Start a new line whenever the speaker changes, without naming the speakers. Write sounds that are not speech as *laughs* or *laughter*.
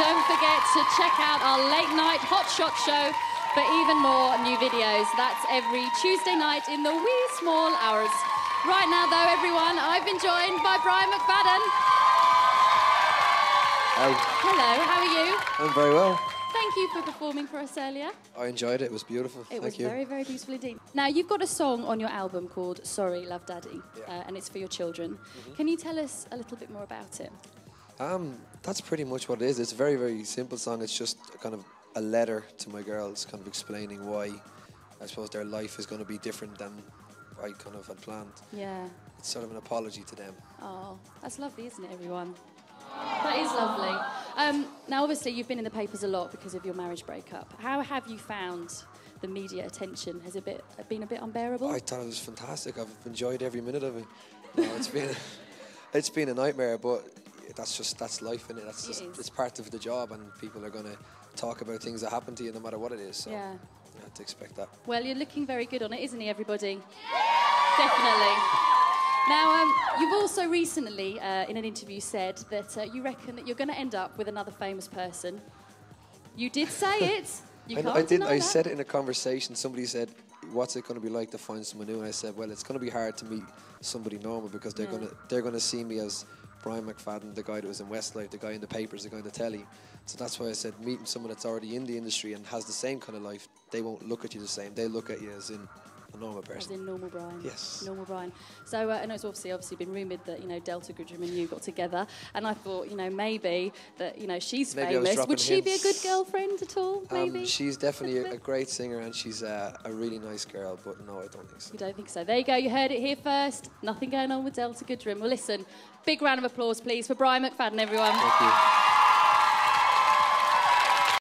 don't forget to check out our late night hot shot show for even more new videos. That's every Tuesday night in the wee small hours. Right now, though, everyone, I've been joined by Brian McFadden.
Oh,
Hello, how are you?
I'm very well.
Thank you for performing for us earlier.
I enjoyed it. It was beautiful.
It
Thank
was
you.
very, very beautiful indeed. Now, you've got a song on your album called Sorry, Love Daddy,
Yeah. Mm-hmm.
uh, and it's for your children. Can you tell us a little bit more about it?
Um, that's pretty much what it is. It's a very, very simple song. It's just a kind of a letter to my girls, kind of explaining why I suppose their life is going to be different than I kind of had planned.
Yeah.
It's sort of an apology to them.
Oh, that's lovely, isn't it, everyone? That is lovely. Um, now, obviously, you've been in the papers a lot because of your marriage breakup. How have you found the media attention? Has it bit, been a bit unbearable?
I thought it was fantastic. I've enjoyed every minute of it. You know, it's been, *laughs* it's been a nightmare, but that's just that's life in it. That's
It
just,
is.
it's part of the job, and people are going to talk about things that happen to you, no matter what it is. So
Yeah.
you have to expect that.
Well, you're looking very good on it, isn't he, everybody? Definitely. Now, um, you've also recently, uh, in an interview, said that uh, you reckon that you're going to end up with another famous person. You did say it. You
*laughs* I,
can't
I did.
deny
I
that.
said it in a conversation. Somebody said, "What's it going to be like to find someone new?" And I said, "Well, it's going to be hard to meet somebody normal because they're
Yeah.
going to they're going to see me as Brian McFadden, the guy that was in Westlife, the guy in the papers, the guy in the telly." So that's why I said meeting someone that's already in the industry and has the same kind of life. They won't look at you the same. They look at you as in a normal
As
person.
in normal Brian.
Yes.
Normal Brian. So uh, I know it's obviously obviously been rumoured that you know Delta Goodrum and you got together, and I thought you know maybe that you know she's
Maybe I was
famous. Would
dropping
she be a good
hints.
girlfriend at all? Maybe.
Um, she's
*laughs*
definitely a, a great singer and she's uh, a really nice girl, but no, I don't think so.
You don't think so? There you go. You heard it here first. Nothing going on with Delta Goodrum. Well, listen, big round of applause, please, for Brian McFadden, everyone.
Thank you.